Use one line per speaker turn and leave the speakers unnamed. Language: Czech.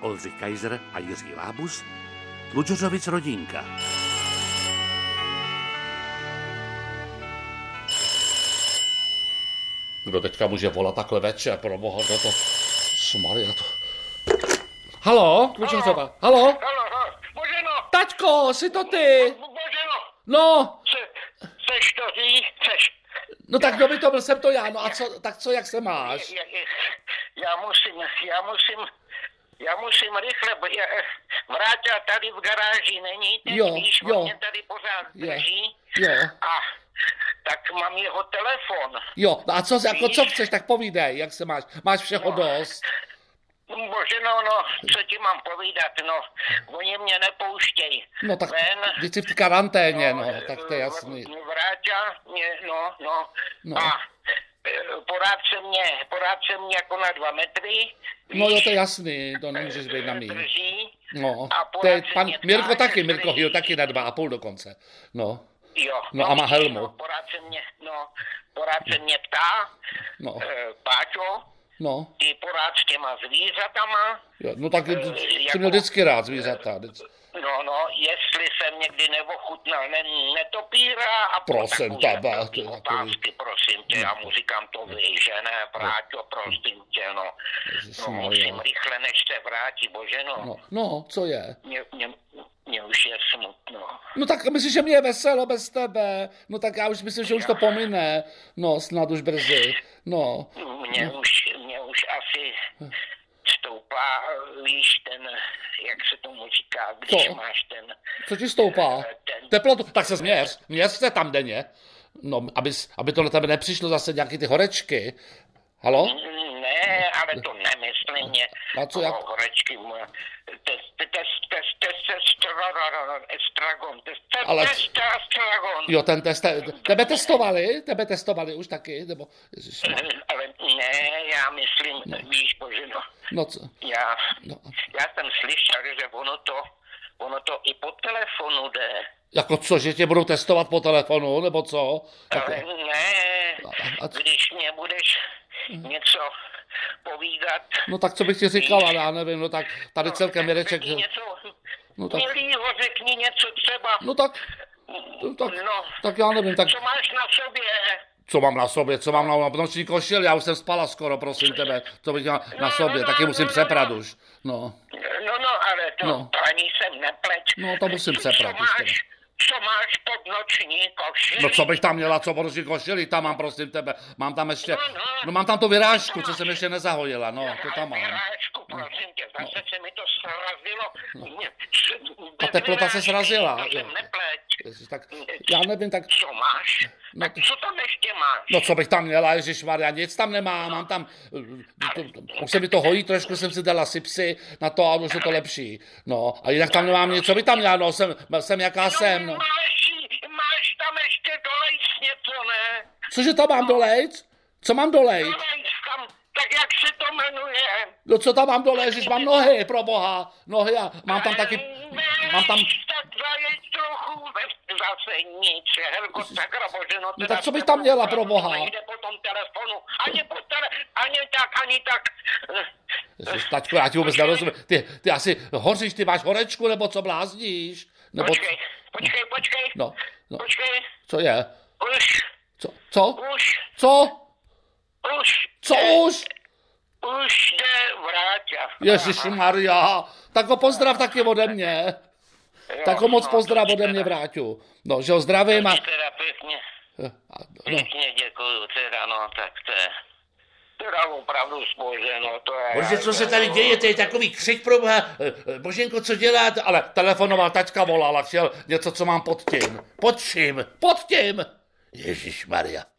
Oldřich Kaiser a Jiří Lábus, Tlučořovic rodinka.
Kdo teďka může volat takhle večer, proboha, kdo to... Smaria to... Halo, Tlučořova, halo?
Halo, halo, Boženo,
Taťko, jsi to ty?
Boženo,
No,
se, seš to ty, seš.
no tak kdo by to byl, jsem to já, no a co, tak co, jak se máš?
Já, já- já musím, já musím, já musím rychle, bo já, vráťa tady v garáži není, teď
Jo,
víš,
jo.
on mě tady pořád
Je.
drží.
Jo.
A tak mám jeho telefon.
Jo, no a co, jako co chceš, tak povídej, jak se máš, máš všeho dost.
Bože, no, no, co ti mám povídat, no, oni mě nepouštějí
No tak,
ven.
když jsi v karanténě, no,
eh,
tak to je jasný.
Vráťa mě, no, no,
No.
a eh, porádce mě, porádce mě jako na dva metry.
No jo,
víš, eh,
to je jasný, to nemůžeš být na míň.
Drží,
No,
A
to je
poradce
pan
mě
Mirko
ptá,
taky,
jestli-
Mirko Hill taky na dva a půl dokonce. No,
jo.
No a má
vidíš,
helmu.
No, porádce mě, no, porádce mě ptá,
no,
eh, Páťo,
no.
ty porád s těma zvířatama,
Jo, no tak
Eh,
jsi měl
jako-
vždycky rád zvířata. vždycky.
No, no, jestli jsem někdy neochutnal ne, netopíra a
Prosím
takový
tebe,
takový
ty No. takový-
otázky, prosím tě, já mu říkám to vy, že ne, vráťo, prosím tě, no. No,
Ježišmarja.
musím rychle, než se vrátí, bože,
No,
no.
no, co je?
Mě, mě, mě už je smutno.
No tak myslíš, že mě je veselo bez tebe? No tak já už myslím, že už to pomine. No, snad už brzy. No, Hm.
Mě už, mě už asi stoupá, víš, ten, jak se tomu říká, když
Co?
máš ten,
co ti stoupá? Teplotu, tak se změř. Měř se tam denně. No, aby, aby to na tebe nepřišlo zase nějaký ty horečky. Halo?
Ne, ale to nemyslím mě.
A co jak-
Horečky, moje. Tes- tes- tes- tes- testosteron, estragon, tes- tes-
Ale-
testosteron.
Jo, ten test, tebe testovali? Tebe testovali už taky? Nebo, ježiš,
Ale ne, já myslím, víš, bože, no,
no co?
já,
No,
já jsem slyšel, že ono to, ono to i po telefonu jde,
jako co, že tě budou testovat po telefonu, nebo co? Tak,
ale ne,
A- Mhm. a co?
když mě budeš něco povídat,
no tak co bych ti říkala, já nevím, no tak tady celkem jedeček,
řekni něco,
No
no
tak-
tak... milýho, řekni něco třeba,
no tak, no tak,
No,
tak já nevím, tak
co máš na sobě?
co mám na sobě, co mám na, na noční košili, já už jsem spala skoro, prosím tebe, co bych měla na sobě, taky musím přeprat už, no,
No, no, ale to,
No.
no. to ani jsem nepleť.
No, to musím
Co-
seprat
Co
už teda.
máš, co máš pod noční košili?
no co bych tam měla, co po noční košili, tam mám, prosím tebe, mám tam ještě, no mám tam tu vyrážku, co jsem ještě nezahojila, no, to tam
Ale
mám. No.
Vyrážku, prosím tě, zase se mi to srazilo.
Ta teplota se srazila,
To
jo.
jsem nepleť.
Ježiš, tak já nevím, tak
Co máš?
No
No,
to-
co tam ještě máš?
No co bych tam měla, Ježíš Maria, nic tam nemám, mám tam, eh, to, to, už se mi to hojí, trošku jsem si dala sipsy na to a už je to lepší. No a jinak tam nemám nic, co by tam měla, no jsem, jsem jaká jsem, no.
Máš, máš tam ještě dolejc něco, ne?
Cože tam mám dolejc? Co mám dolejc?
Dolejc tam, tak jak se to jmenuje?
No co tam mám dole, Ježíš, mám nohy, pro boha, nohy a mám tam taky, mám tam,
Tak zajeď trochu, ve- zase nic, Helko, sakra bože, no, teda
tak co bych tam měla, pro boha?
Nejde po tom telefonu, ani po tele, ani tak, ani tak. eh,
Ježíš, taťko, já ti vůbec nerozumím, ty, ty asi hoříš, ty máš horečku, nebo co blázníš? Nebo,
Počkej, počkej, počkej,
no, no,
počkej,
co je,
už,
co, co,
už,
co,
už,
co
jde-
už?
Už jde vráťa.
Ježíš Maria, tak ho pozdrav taky ode mě.
Jo,
Tak ho moc
no,
pozdrav
to
ode mě,
teda-
Vráťu. No, že ho zdravím a...
Teda pěkně,
a- No,
pěkně děkuju, teda no, tak to je, teda opravdu spoře, no, to je.
Bože, co se tady děje, to je takový křik pro boha. Eh, Boženko, co děláte? Ale telefonoval, taťka volala, chtěl něco, co mám pod tím. Pod čím? Pod tím! Ježíš Maria.